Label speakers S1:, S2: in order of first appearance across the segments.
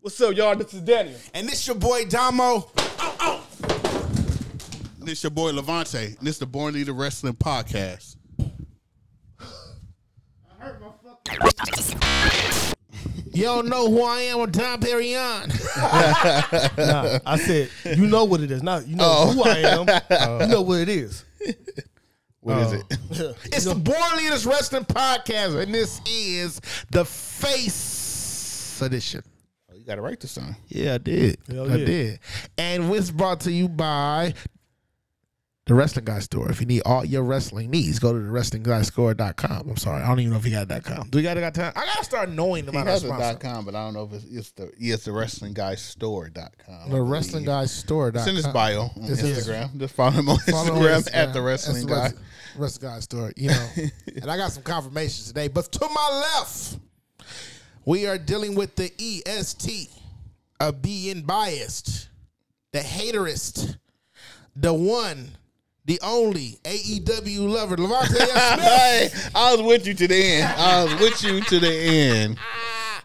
S1: What's up, y'all? This is Daniel.
S2: And this your boy Damo.
S3: And it's your boy Levante. And it's the Born Leader Wrestling Podcast.
S4: You don't know who I am with Tom Perignon.
S5: Nah, I said, you know what it is. Now you know who I am. you know what it is.
S4: What is it? It's the Born Leaders Wrestling Podcast, and this is the Face Edition.
S3: Oh, you got to write this time.
S4: Yeah, I did.
S5: Hell
S4: I
S5: yeah.
S4: did. And it's brought to you by the Wrestling Guy Store. If you need all your wrestling needs, go to the wrestlingguystore.com. I'm sorry. I don't even know if you got .com. Do we got a .com? I got to start knowing
S3: He
S4: about our
S3: has a
S4: sponsor.
S3: dot com, but I don't know if it's, it's the yeah, it's the wrestling guy store dot com.
S4: The Wrestling Guy Store.
S3: It's in his bio on
S4: It's in his-
S3: Instagram. Just follow him on
S4: Follow
S3: Instagram
S4: us,
S3: at
S4: uh,
S3: the wrestling
S4: that's the
S3: guy.
S4: Wrestling- Wrestling guy story, you know. and I got some confirmations today, but to my left, we are dealing with the E EST of being biased, the haterist, the one, the only AEW lover, Levante S. Smith.
S3: Hey, I was with you to the end. I was with you to the end.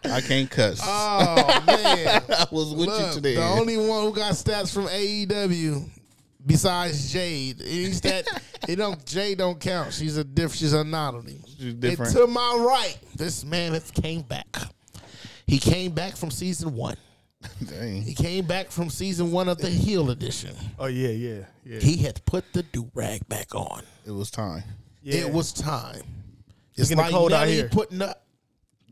S3: I can't cuss.
S4: Oh man,
S3: I was with you
S4: Look,
S3: to
S4: the
S3: the end.
S4: only one who got stats from AEW besides Jade. He's that it don't Jade don't count. She's a diff she's an anomaly.
S3: She's different.
S4: And to my right, this man has came back. He came back from season one. He
S3: Dang.
S4: came back from season one of the Heel Edition.
S5: Oh yeah, yeah, yeah.
S4: He had put the do rag back on.
S3: It was time.
S5: Yeah.
S4: It was time. It's
S5: getting
S4: like
S5: cold out
S4: Nelly
S5: here.
S4: putting up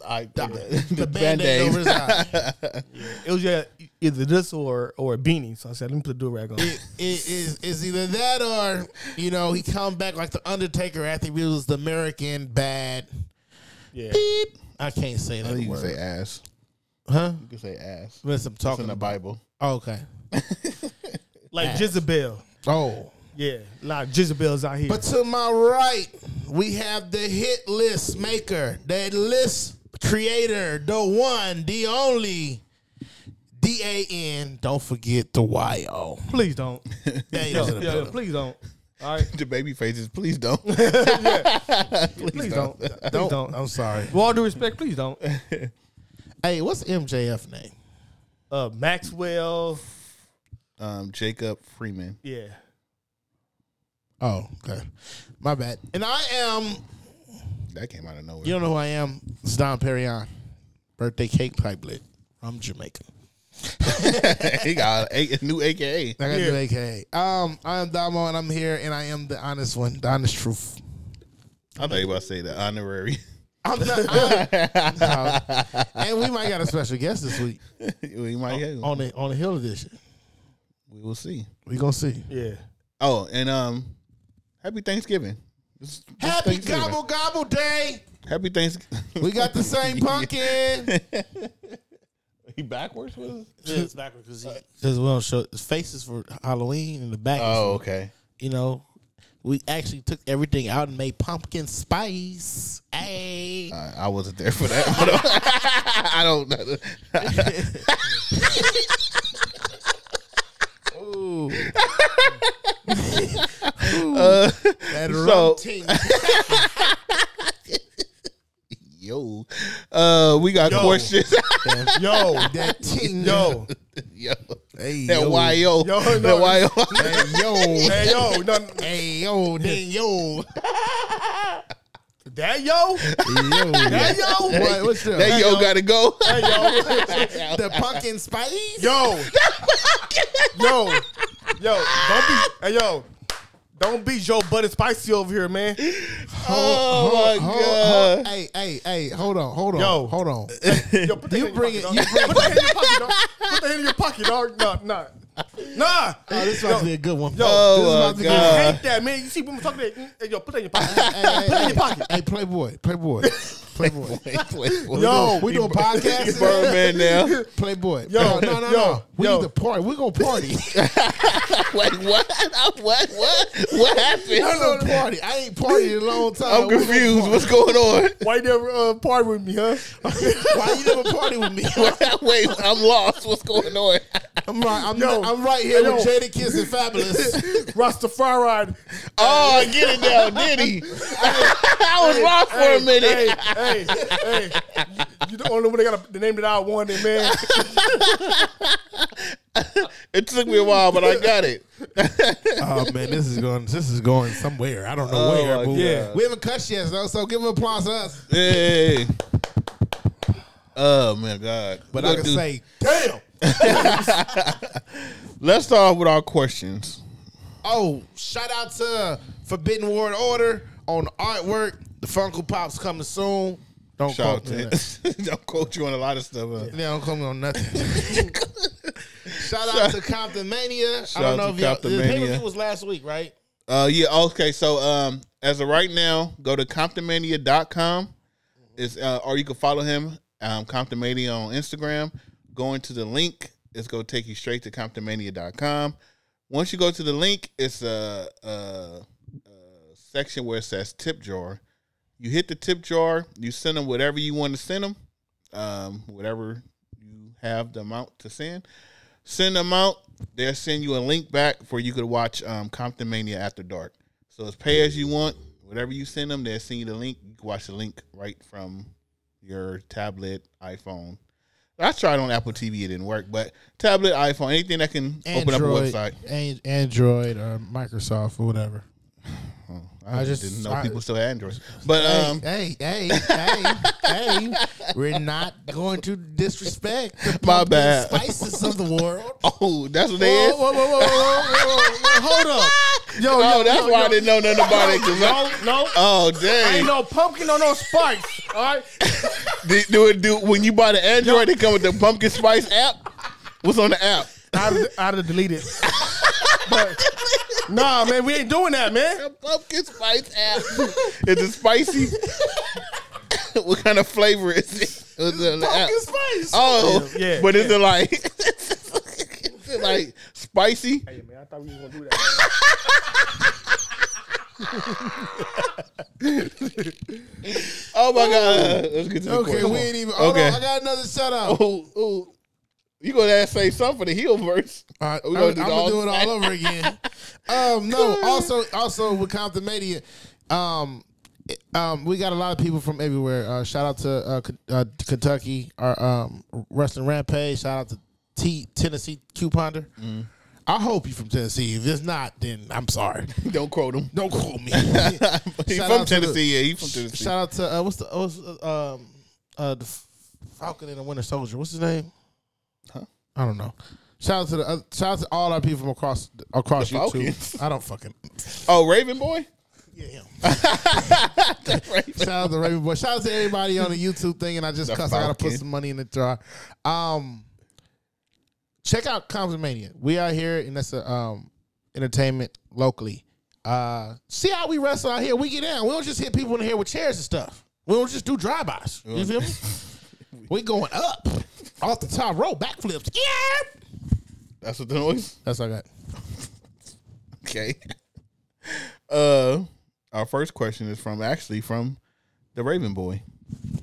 S3: I
S4: the, the,
S3: the
S4: band-aid over
S3: band-aid.
S4: his eye.
S5: It was yeah, either this or or a beanie. So I said, let me put the do rag on.
S4: it, it is is either that or you know he come back like the Undertaker after he was the American bad.
S5: Yeah.
S4: Beep. I can't say that
S3: You can
S4: word,
S3: say ass.
S4: huh?
S3: You can say ass.
S4: Unless I'm
S3: It's
S4: talking
S3: in the
S4: about.
S3: Bible.
S4: Oh, okay.
S5: Like Jezebel.
S4: Oh,
S5: Yeah. Like Jezebel's out here.
S4: but to my right we have the hit list maker, the list creator, the one, the only. D A N, don't forget the Y O.
S5: please don't.
S4: Yeah, yeah,
S5: Yeah, yeah, please don't. All right.
S3: The baby faces, please don't.
S5: Please, don't. Please don't.
S4: I'm sorry.
S5: With all due respect, please don't.
S4: Hey, what's MJF name?
S5: Uh, Maxwell.
S3: Um, Jacob Freeman.
S5: Yeah.
S4: Oh, okay. My bad. And I am
S3: That came out of nowhere.
S4: You don't know who I am? It's Don Perignon. Birthday cake pipelet. I'm Jamaican.
S3: he got a, a new AKA.
S4: I got to do AKA. Um, I am Damo and I'm here and I am the honest one, the honest truth.
S3: I thought you were about to say the honorary.
S4: I'm not, I'm- no. and we might got a special guest this week
S3: we might have him.
S4: on the on the Hill edition.
S3: We will see.
S4: We gonna see.
S5: Yeah.
S3: Oh, and um, happy Thanksgiving. This- this
S4: Happy
S3: Thanksgiving.
S4: gobble gobble day.
S3: Happy Thanksgiving.
S4: We got the same pumpkin.
S3: he backwards with us?
S4: It's backwards because we don't show faces for Halloween and the back.
S3: Oh, okay.
S4: you know, we actually took everything out and made pumpkin spice. Hey.
S3: I, I wasn't there for that. but, uh, I don't know.
S4: That
S3: so- Yo. Uh, we got questions.
S5: Yo.
S4: that ting.
S5: Yo.
S3: yo.
S4: Hey,
S3: That YO.
S5: Yo,
S3: that
S5: no.
S3: YO.
S4: Yo.
S5: Hey, yo. No, no.
S4: Hey, yo, then yo.
S5: That yo.
S4: Yo.
S5: That yo.
S4: What, what's up?
S3: That yo gotta go.
S4: the pumpkin spice?
S5: Yo. yo. Yo. Don't be. Hey, yo. Don't be Joe Buddy Spicy over here, man.
S3: Oh, my
S4: Hold-
S3: god.
S4: hold- hey, hey, hey, hold on, hold on,
S5: Yo.
S4: hold on.
S5: Yo, put hand in
S4: You
S5: your
S4: bring it-
S5: pocket,
S4: you
S5: dog. Put that hand in your pocket, dog. Put that hand in your pocket, dog. Nah, nah. Nah.
S4: Oh, this uh, is about to be a good one.
S5: Yo,
S3: Oh,
S5: this is about
S3: my
S5: to be-
S3: God.
S5: I hate that, man. You see women talking that. Hey, yo, put that in your pocket.
S4: Hey,
S5: Put
S4: hey,
S5: it in
S4: hey,
S5: your pocket.
S4: hey, Playboy, Playboy, Playboy.
S3: Yo,
S4: Yo, we doing podcasts today?
S3: Birdman now.
S4: Playboy.
S5: Yo,
S4: no, no, no, no.
S5: yo,
S4: We
S5: yo.
S4: need to party. We're gonna party.
S3: Wait, what? I- What? What? What
S4: We're
S3: happened?
S4: gonna party. I ain't partied in a long time.
S3: I'm confused. What's going on?
S5: Why you never uh, party with me, huh?
S4: Why you never party with me?
S3: Wait, I'm lost. What's going on?
S4: I'm right. I'm,
S5: Yo.
S4: I'm right here
S5: Yo.
S4: with Jada Kiss and Fabulous.
S5: Rastafari.
S3: Oh, I get it now. Did he? I was lost for a minute.
S5: Hey, hey, hey. You the only one that got a, the name that I wanted, man.
S3: It took me a while, but I got it.
S4: Oh man, this is going. This is going somewhere. I don't know
S3: Oh,
S4: where.
S3: my
S4: but
S3: God.
S4: we haven't cussed yet, though. So give an applause to us.
S3: Hey. Oh my God!
S4: But I
S3: Look,
S4: can
S3: dude,
S4: say, damn.
S3: let's start off with our questions.
S4: Oh, shout out to Forbidden Ward Order on artwork. The Funko Pops coming soon. Don't
S3: Shout out
S4: quote me. on
S3: to
S4: that.
S3: Don't quote you on a lot of stuff. huh?
S4: They don't quote me on nothing. shout out to Compton Mania. I
S3: Shout
S4: don't know
S3: out
S4: if
S3: to
S4: y'all. The
S3: Comptomania.
S4: pay was last week, right?
S3: Uh, yeah. Okay. So, um, as of right now, go to comptomania.com. It's uh, or you can follow him, um, Comptomania on Instagram. Going to the link, it's gonna take you straight to comptomania.com. Once you go to the link, it's a, a, a section where it says tip jar. You hit the tip jar. You send them whatever you want to send them, um, whatever you have the amount to send send them out. They'll send you a link back for you could watch um, Compton Mania after dark. So it's pay as you want. Whatever you send them, they'll send you the link. You can watch the link right from your tablet, iPhone. I tried on Apple TV, it didn't work, but tablet, iPhone, anything that can open up a website.
S4: An- Android or Microsoft or whatever.
S3: I,
S4: I
S3: just
S4: just-
S3: didn't know
S4: I-
S3: people still had Androids. But um,
S4: hey, hey, hey, hey! We're not going to disrespect the
S3: My
S4: pumpkin
S3: bad.
S4: spices of the world.
S3: oh, that's what they is.
S5: whoa, whoa, whoa, whoa, whoa, whoa, hold up. Yo,
S3: oh,
S5: yo,
S3: that's
S5: yo,
S3: why I
S5: yo.
S3: didn't know nothing about it. 'cause I-
S5: No, no.
S3: oh,
S5: I
S3: dang.
S5: ain't no pumpkin or no spikes. All right.
S3: Do, do it do when you buy the Android, they come with the pumpkin spice app. What's on the app?
S5: I'd, I'd have deleted. But nah, man, we ain't doing that, man.
S3: Pumpkin spice app. is it spicy? what kind of flavor is it? Was it on the app?
S4: spice.
S3: Oh,
S5: Yeah, yeah,
S3: but is it like is it like spicy?
S5: Hey, man, I thought we was gonna do that.
S3: Oh my god! Let's get to the
S4: Okay,
S3: question.
S4: we ain't even. Hold
S3: Okay.
S4: on, I got another shout out.
S3: Ooh, ooh. You gonna have to say something for the heel verse?
S4: All right,
S3: We gonna
S4: I'm,
S3: do
S4: I'm
S3: the
S4: gonna do
S3: all-
S4: it all over again. um, no, also, also with Compton Media, um, it- um, we got a lot of people from everywhere. Uh, shout out to uh, K- uh, Kentucky, our um, Wrestling Rampage. Shout out to T Tennessee Couponder.
S3: Mm.
S4: I hope you from Tennessee. If it's not, then I'm sorry.
S3: Don't quote him.
S4: Don't call
S3: He
S4: me. Shout
S3: from
S4: out to the-
S3: Tennessee. yeah, he from Tennessee.
S4: Shout out to uh, what's the what's, uh, um uh the F- Falcon and the Winter Soldier. What's his name?
S3: Huh?
S4: I don't know. Shout out to the uh, shout out to all our people from across across
S3: The Falcons.
S4: YouTube. I don't fucking
S3: oh, Raven boy.
S4: yeah. him. shout out to Raven Boy. Shout out to everybody on the YouTube thing. And I just
S3: The
S4: cussed. I gotta
S3: Falcon.
S4: put some money in the jar. Um, check out Comedy Mania. We are here, and that's a um entertainment locally. Uh, see how we wrestle out here. We get down. We don't just hit people in the head with chairs and stuff. We don't just do drive-bys. You feel me? we going up off the top rope, backflips. Yeah,
S3: That's what the noise.
S4: that's all I got.
S3: Okay. Uh, our first question is from actually from the Raven boy.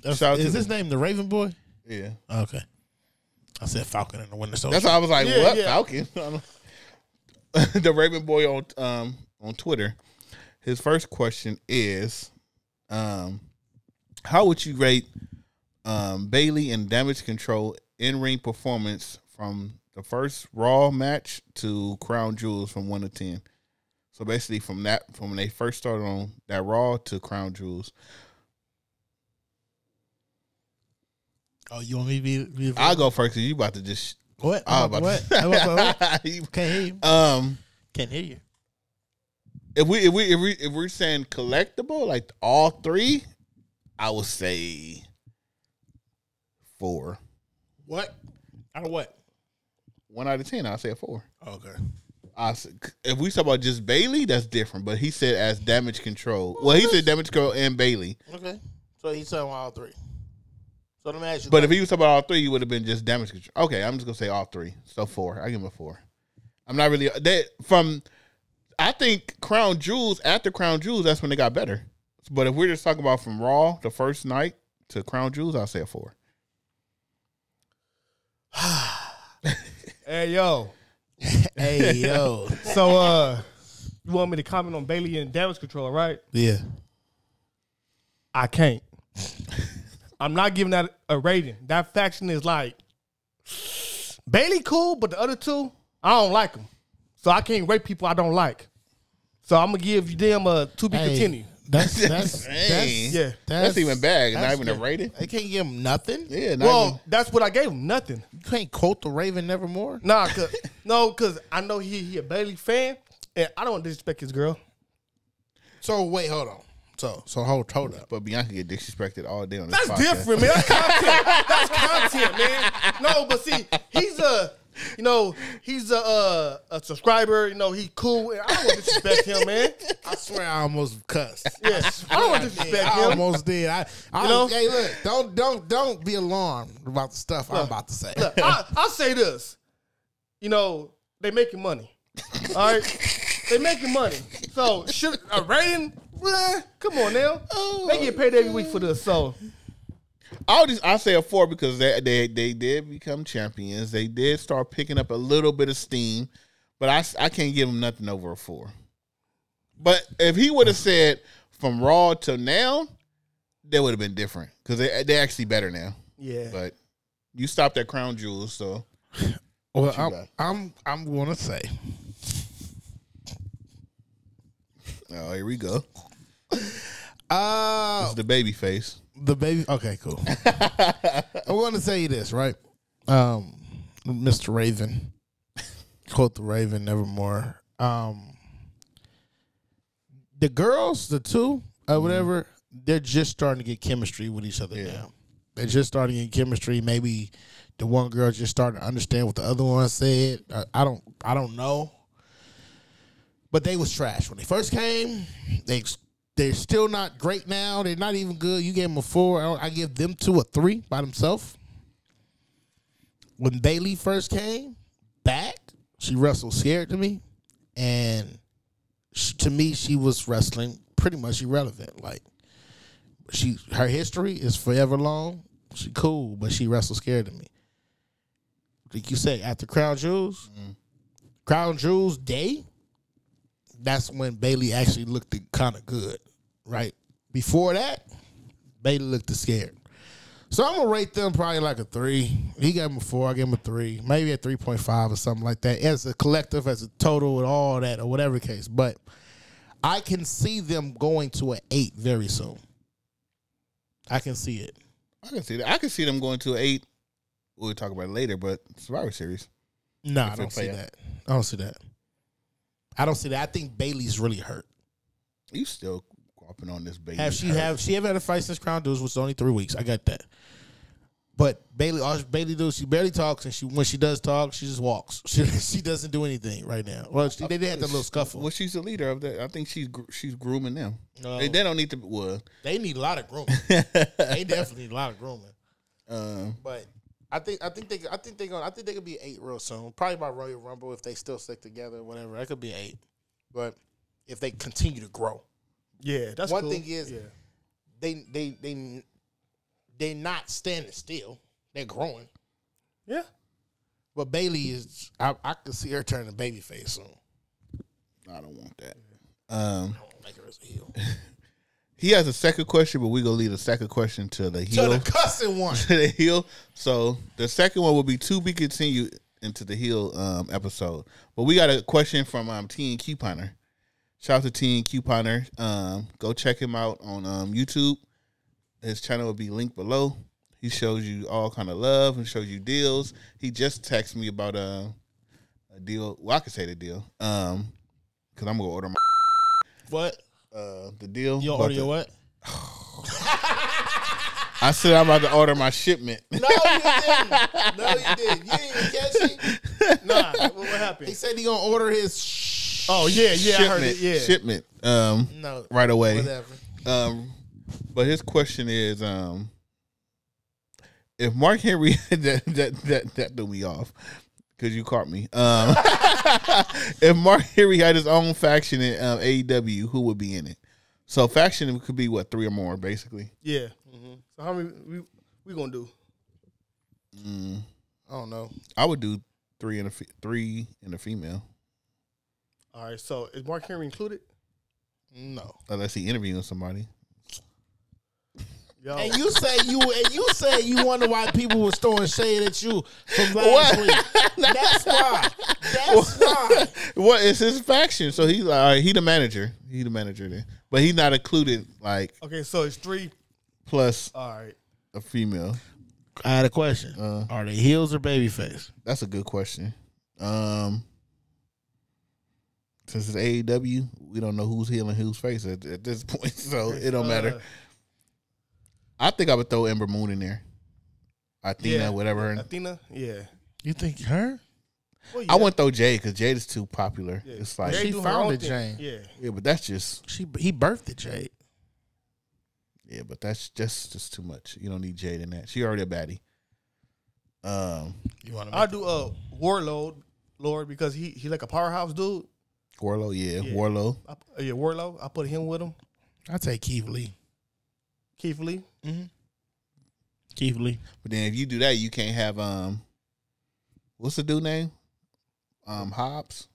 S4: That's,
S3: Shout out
S4: is
S3: to
S4: his name the Raven Boy?
S3: Yeah.
S4: Okay, I said Falcon in the Winter Soldier.
S3: That's why I was like,
S5: Yeah,
S3: "What
S5: yeah.
S3: Falcon?" the Raven Boy on um on Twitter. His first question is, um, how would you rate um Bailey and Damage Control in ring performance from the first Raw match to Crown Jewels from one to ten? So basically, from that from when they first started on that Raw to Crown Jewels,
S4: Oh, you want me to be? be
S3: I'll go first because you about to just
S4: what?
S3: I
S4: What?
S3: was
S4: What?
S3: about to-
S4: Can't hear you.
S3: um.
S4: Can't hear you.
S3: if we if we if we if we're saying collectible, like all three, I would say four.
S4: What? Out of what?
S3: One out of ten, I'll say a four.
S5: Oh,
S4: Okay.
S3: I s- if we talk about just Bailey, that's different. But he said as damage control. Well, he said damage control and Bailey.
S4: Okay. So he's talking about all three. So let me ask you.
S3: But if he was talking about all three, he would have been just damage control. Okay, I'm just gonna say all three. So four. I give him a four. I'm not really that from. I think Crown Jewels after Crown Jewels, that's when they got better. But if we're just talking about from Raw the first night to Crown Jewels, I'll say a four.
S5: Hey, yo.
S4: hey yo,
S5: So, uh, you want me to comment on Bailey and damage control, right?
S4: yeah.
S5: I can't. I'm not giving that a rating. That faction is like Bailey cool, but the other two, I don't like them. So I can't rate people I don't like. So I'm gonna give them a to be
S4: Hey,
S5: continued.
S4: That's that's
S3: Dang.
S4: that's
S5: Yeah. That's
S3: That's even bad. Not even a rating?
S4: They can't give him nothing.
S3: Yeah, not
S5: Well,
S3: even-
S5: that's what I gave him. Nothing.
S4: You can't quote the Raven Nevermore.
S5: Nah, cause, no, cause I know he he a Bailey fan, and I don't want to disrespect his girl.
S4: So wait, hold on. So so hold hold up.
S3: but Bianca get disrespected all day on this
S5: That's
S3: podcast.
S5: different, man. That's content. That's content, man. No, but see, he's a, you know, he's a uh, a subscriber. You know, he cool. And I don't want to disrespect him, man.
S4: I swear I almost cussed.
S5: Yeah, I don't want to
S4: I, did.
S5: disrespect
S4: I
S5: him.
S4: almost did. I, I
S5: You know?
S4: hey, look, don't don't don't be alarmed about the stuff I'm about to say.
S5: Look, I, I'll say this. You know, they making money. All right, they making money. So should a rating? Well, Come on now, they get paid every week for this. So
S3: I'll just I say a four because they, they they did become champions. They did start picking up a little bit of steam, but I s- I can't give them nothing over a four. But if he would have said from Raw till now, that would have been different because they they actually better now.
S5: yeah,
S3: But you stopped at Crown Jewels, so
S4: well,
S3: you
S4: I'm,
S3: got?
S4: I'm I'm gonna say
S3: oh here we go.
S4: uh
S3: It's the baby face.
S4: the baby. Okay, cool. I'm gonna say this right, um, Mr. Raven, quote the Raven Nevermore. Um, the girls, the two or whatever, they're just starting to get chemistry with each other now. They're just starting to get chemistry. Maybe the one girl just starting to understand what the other one said. I, I don't. I don't know. But they was trash when they first came. They they're still not great now. They're not even good. You gave them a four. I, I give them two a three by themselves. When Bailey first came back, she wrestled scared to me, and sh to me she was wrestling pretty much irrelevant. Like she her history is forever long. She cool, but she wrestled scared to me. Like you say, after Crown Jewels, Crown Jewels Day, that's when Bailey actually looked kind of good, right? Before that, Bailey looked scared. So I'm gonna rate them probably like a three. He gave him a four. I gave him a three, maybe a three point five or something like that. As a collective, as a total, and all that, or whatever the case. But I can see them going to an eight very soon. I can see it.
S3: I can see that. I can see them going to eight. We'll talk about it later, but Survivor Series.
S4: No, I
S3: If
S4: don't
S3: it
S4: see
S3: play out.
S4: that. I don't see that. I don't see that. I think Bailey's really hurt.
S3: You still guaping on this baby?
S4: Have she
S3: hurt.
S4: have she ever had a fight since Crown Dudes was only three weeks? I got that. But Bailey, all Bailey does, she barely talks, and she when she does talk, she just walks. She she doesn't do anything right now. Well, she, they did have that little scuffle.
S3: Well, she's the leader of that. I think she's gr- she's grooming them.
S4: No.
S3: They, they don't need to. Well,
S4: they need a lot of grooming. they definitely need a lot of grooming.
S3: um,
S4: But I think I think they I think they gonna I think they could be eight real soon. Probably by Royal Rumble if they still stick together, whatever. That could be eight. But if they continue to grow,
S5: yeah. That's
S4: One
S5: cool.
S4: thing is-
S5: yeah.
S4: they they they they not standing still. They're growing.
S5: yeah.
S4: But Bailey is I, I could see her turning babyface soon.
S3: I don't want that. Um,
S4: Make her as a heel.
S3: he has a second question, but we gonna leave the second question to the
S4: To
S3: heel.
S4: the cussing one.
S3: To the heel. So the second one will be to be continued into the heel um, episode. But we got a question from um, Teen Couponer. Shout out to Teen Couponer. Um, go check him out on um, YouTube. His channel will be linked below. He shows you all kind of love and shows you deals. He just texted me about a, a deal. Well, I could say the deal. Um, cause I'm gonna order my
S4: What?
S3: uh the deal.
S4: You
S3: About
S4: don't order
S3: the-
S4: your what?
S3: I said I'm about to order my shipment.
S4: No, you didn't. No, you didn't. You didn't even catch it.
S5: Nah, what, what
S4: He
S5: happened?
S4: said he gonna order his. Sh-
S5: Oh yeah, yeah.
S3: shipment,
S5: I heard it. Yeah.
S3: shipment. Um,
S4: no.
S3: right away.
S4: Whatever.
S3: Um, but his question is, um, if Mark Henry that that that that threw me off because you caught me. Um, if Mark Henry had his own faction in um, AEW, who would be in it? So faction could be what three or more, basically.
S5: Yeah. So how many we we gonna do?
S4: I don't know.
S3: I would do three and a fe- three and a female
S5: All right. So is Mark Henry included?
S4: No.
S3: unless he interviewing somebody.
S5: Yo.
S4: And you say you and you say you wonder why people were throwing shade at you from last week. That's why. That's why.
S3: What is his faction? So he all right, he the manager. He the manager then, but he's not included like
S5: Okay, so it's three.
S3: plus
S5: All right.
S3: a female.
S4: I had a question. Are they heels or babyface?
S3: That's a good question. Um, since it's AEW, we don't know who's healing whose face at, at this point, so it don't matter.
S5: Uh,
S3: I think I would throw Ember Moon in there. Athena,
S5: Yeah.
S3: whatever. her-
S5: Athena, yeah.
S4: You think her?
S5: Well, yeah.
S3: I wouldn't throw Jade because Jade is too popular. It's like,
S5: Jade
S4: She
S5: do her own
S4: founded
S5: thing.
S4: Jane.
S5: Yeah.
S3: yeah, but that's just
S4: She he birthed it, Jade.
S3: Yeah, but that's just just too much. You don't need Jade in that. She already a baddie. Um,
S4: You want
S5: I'll do a uh, warlord, Lord, because he he like a powerhouse dude.
S3: Warlow, yeah,
S5: Yeah.
S3: Warlow.
S5: I, uh, yeah, warlord. I put him with him.
S4: I take Keith Lee.
S5: Keith Lee.
S4: Mm-hmm. Keith Lee.
S3: But then if you do that, you can't have um, what's the dude name? Um, Hobbs.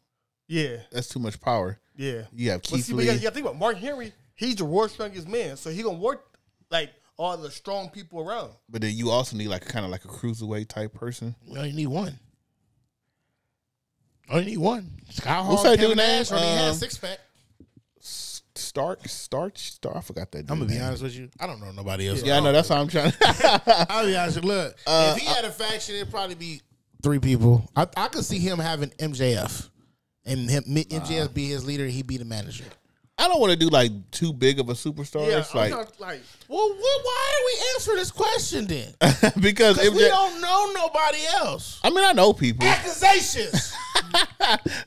S5: Yeah,
S3: That's too much power.
S5: yeah.
S3: You have
S5: But
S3: Keith
S5: see, but
S3: Lee.
S5: you gotta, you gotta think about Mark Henry. He's the world's strongest man, so he gonna work like all the strong people around.
S3: but then you also need like kind of like a cruiserweight type person.
S4: We only need one. Only need one. Sky Hall,
S3: What's that
S4: Kevin
S3: dude name?
S4: Nash, already had
S3: Um,
S4: six pack.
S3: S- Stark, Stark, Stark. I forgot that. Dude
S4: I'm gonna be
S3: name.
S4: honest with you. I don't know nobody else.
S3: Yeah, I know. That's why I'm trying. to
S4: I'll be honest. with you. Look, if he had a faction, it'd probably be three people. I, I could see him having MJF, and him, me- MJF be his leader. He be the manager.
S3: I don't want to do like too big of a superstar.
S5: Yeah,
S3: it's
S5: I'm
S3: like
S5: not like
S4: Well, wh- why are we answering this question then?
S3: because if
S4: we
S3: that-
S4: don't know nobody else.
S3: I mean, I know people.
S4: Accusations.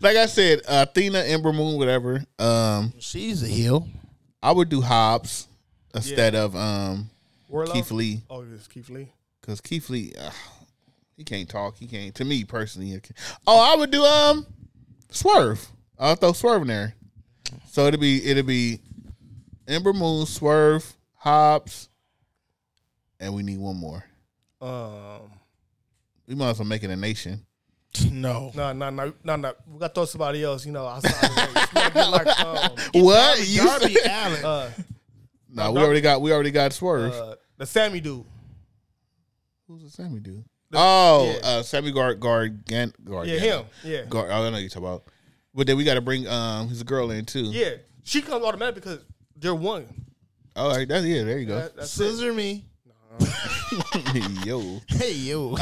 S3: like I said, uh, Athena, Ember Moon, whatever. Um,
S4: She's a heel.
S3: I would do Hobbs instead of um
S5: warlord.
S3: Keith Lee
S5: Oh, it's Keith Lee.
S3: because Keith Lee, uh, he can't talk. He can't. To me personally, he can't. oh, I would do um Swerve. I'll throw Swerve in there. So it'll be it'll be Ember Moon, Swerve, Hobbs, and we need one more.
S5: Um,
S3: We might as well make it a nation.
S4: No.
S5: no, no, no, no, no. We gotta throw somebody else. You know, outside. the race. We gotta do like, um,
S3: what you? said-
S4: Darby Allen.
S5: uh,
S3: nah, we already got we already got Swerve.
S5: uh, the Sammy dude.
S3: Who's the Sammy dude? oh,
S5: yeah.
S3: uh, Sammy Guard Guard Gan Guard.
S5: Yeah, him. Yeah,
S3: Guard, oh, I know you talk about. But then we got to bring um his girl in too.
S5: yeah. She comes automatic because they're one.
S3: All right. That's Oh, yeah. There you go.
S5: That, that's it.
S4: Scissor me.
S5: Uh,
S3: Yo.
S4: Hey yo.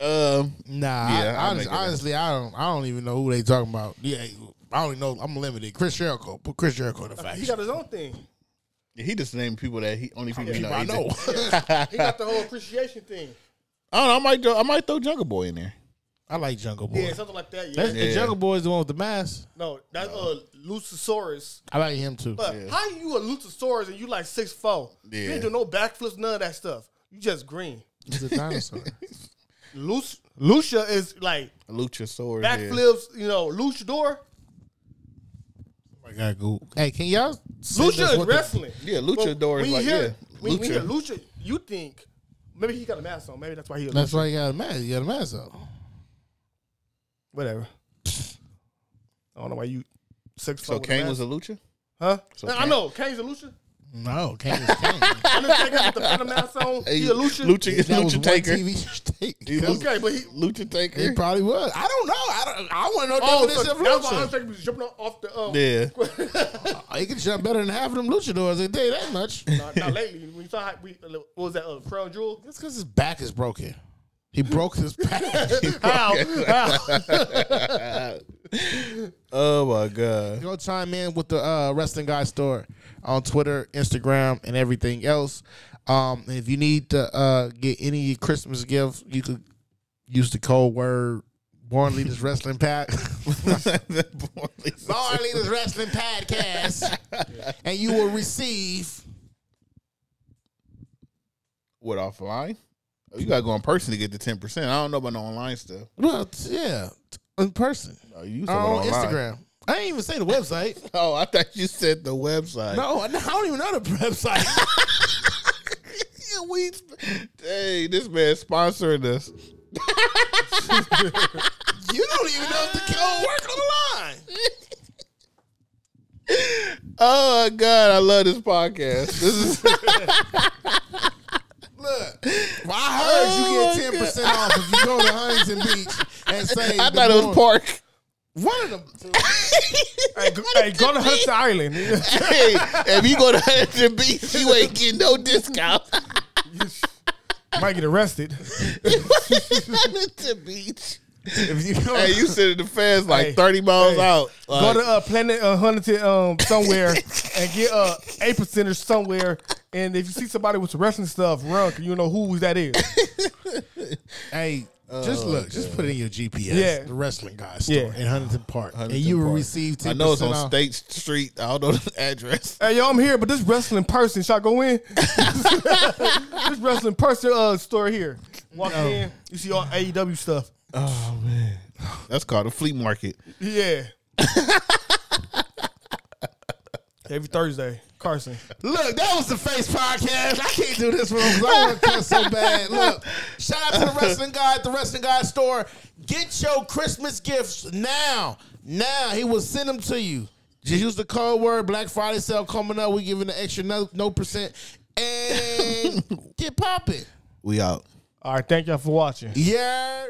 S3: Um.
S4: Nah,
S3: Yeah,
S4: I,
S3: I'll
S4: honest,
S3: make it up.
S4: honestly, I don't, I don't even know who they talking about. Yeah, I only know I'm limited. Chris Jericho, put Chris Jericho in the
S5: He
S4: faction.
S5: got his own thing.
S3: He just named people that he only people, he
S4: People I
S3: He's
S4: know.
S3: a-
S5: He got the whole appreciation thing.
S3: I don't know. I might. throw- I might throw Jungle Boy in there.
S4: I like Jungle Boy.
S5: Yeah, something like that. Yeah.
S4: That's, The
S3: Yeah.
S4: Jungle Boy is the one with the mask.
S5: no, that's uh, Luchasaurus.
S4: I like him too.
S5: But how you a Luchasaurus and you like six four? You
S3: Yeah.
S5: ain't do no backflips, none of that stuff. You just green.
S4: He's a dinosaur.
S5: Luce, Lucia is like
S3: Luchasaurus. yeah.
S5: backflips. You know, luchador.
S4: I gotta go. Hey, can y'all? send us
S5: Lucha is
S4: what the-
S5: wrestling.
S3: Yeah, luchador
S5: But
S3: is
S5: when you
S3: like,
S5: hear,
S3: yeah,
S5: When you hear
S3: lucha.
S5: lucha, you think maybe he got a mask on. Maybe that's why he. A
S4: That's
S5: lucha.
S4: why you got a mask. You got a mask up.
S5: Whatever. I don't know why you six
S3: So
S5: four with
S3: Kane
S5: mask.
S3: was a lucha.
S5: huh?
S3: so
S5: I
S3: Kane-
S5: know Kane's a lucha.
S4: No, Kane is Kane.
S5: Undertaker with the Phantom mask on. He a lucha.
S3: Lucha.
S4: That was
S3: Lucha
S4: one
S3: Taker.
S4: TV take.
S3: He was-
S5: Okay, but he.
S3: Lucha Taker.
S4: It probably was. I don't know. I don't. I want to know
S5: Oh, so
S4: definition of
S5: that's why
S4: lucha.
S5: Undertaker was jumping off the. Um,
S3: Yeah.
S4: He Oh, can jump better than half of them luchadors. I tell you that much.
S5: not, not lately. When you saw how we, what was that uh, crown jewel?
S4: That's because his back is broken. He broke his back.
S5: Ow, ow.
S3: Oh my god.
S4: Go chime in with the uh, wrestling guy store on Twitter, Instagram, and everything else. Um, and if you need to uh, get any Christmas gift, you could use the code word "Born Leaders Wrestling Pack." Born Leaders Wrestling Podcast, and you will receive.
S3: what offline? Oh, You gotta go in person to get the ten percent. I don't know about no online stuff.
S4: Well, t- yeah, t- in person
S3: Oh, you
S4: or
S3: talking
S4: on
S3: about online.
S4: Instagram. I didn't even say the website.
S3: Oh, I thought you said the website.
S4: No, I don't even know the website.
S3: we, hey, this man sponsoring us.
S4: oh, You don't even know if the code work on the line.
S3: Oh God, I love this podcast. This is
S4: Look, well, I heard you
S3: Oh,
S4: get
S3: my
S4: ten percent off if you go to Huntington Beach and say.
S3: I
S4: the
S3: thought it was
S4: more-
S3: Park.
S4: One of them. two.
S5: Hey, go, hey, go to Hunter Island. you
S3: hey, if you go to Huntington Beach, you ain't getting no discount.
S5: might get arrested.
S3: Huntington Beach.
S5: If you go,
S3: Hey, you sitting the fans like
S5: Hey,
S3: thirty miles
S5: hey,
S3: out.
S5: go
S3: Like,
S5: to uh, Planet uh, Huntington um, somewhere and get uh, eight percenters somewhere. And if you see somebody with some wrestling stuff, run 'cause you know who that is.
S4: Hey, just look. Just put it in your GPS.
S5: Yeah.
S4: The wrestling guy store
S5: Yeah.
S4: in Huntington Park, and
S3: Huntington
S4: you will
S3: Park.
S4: receive
S3: I
S4: ten
S3: know it's
S4: percent
S3: on
S4: off.
S3: State Street. I don't know the address.
S5: Hey, yo, I'm here, but this wrestling person, shall I go in? this wrestling person uh, store here. Walk in, you see all AEW stuff.
S3: Oh man, that's called a flea market.
S5: Yeah. Every Thursday, Carson.
S4: Look, that was the face podcast. I can't do this one because I want to cuss so bad. Look, shout out to the wrestling guy at the wrestling guy store. Get your Christmas gifts now. Now he will send them to you. Just use the code word Black Friday sale coming up. We giving the extra no, no percent and get popping.
S3: We out.
S5: All right, thank y'all for watching.
S4: Yeah.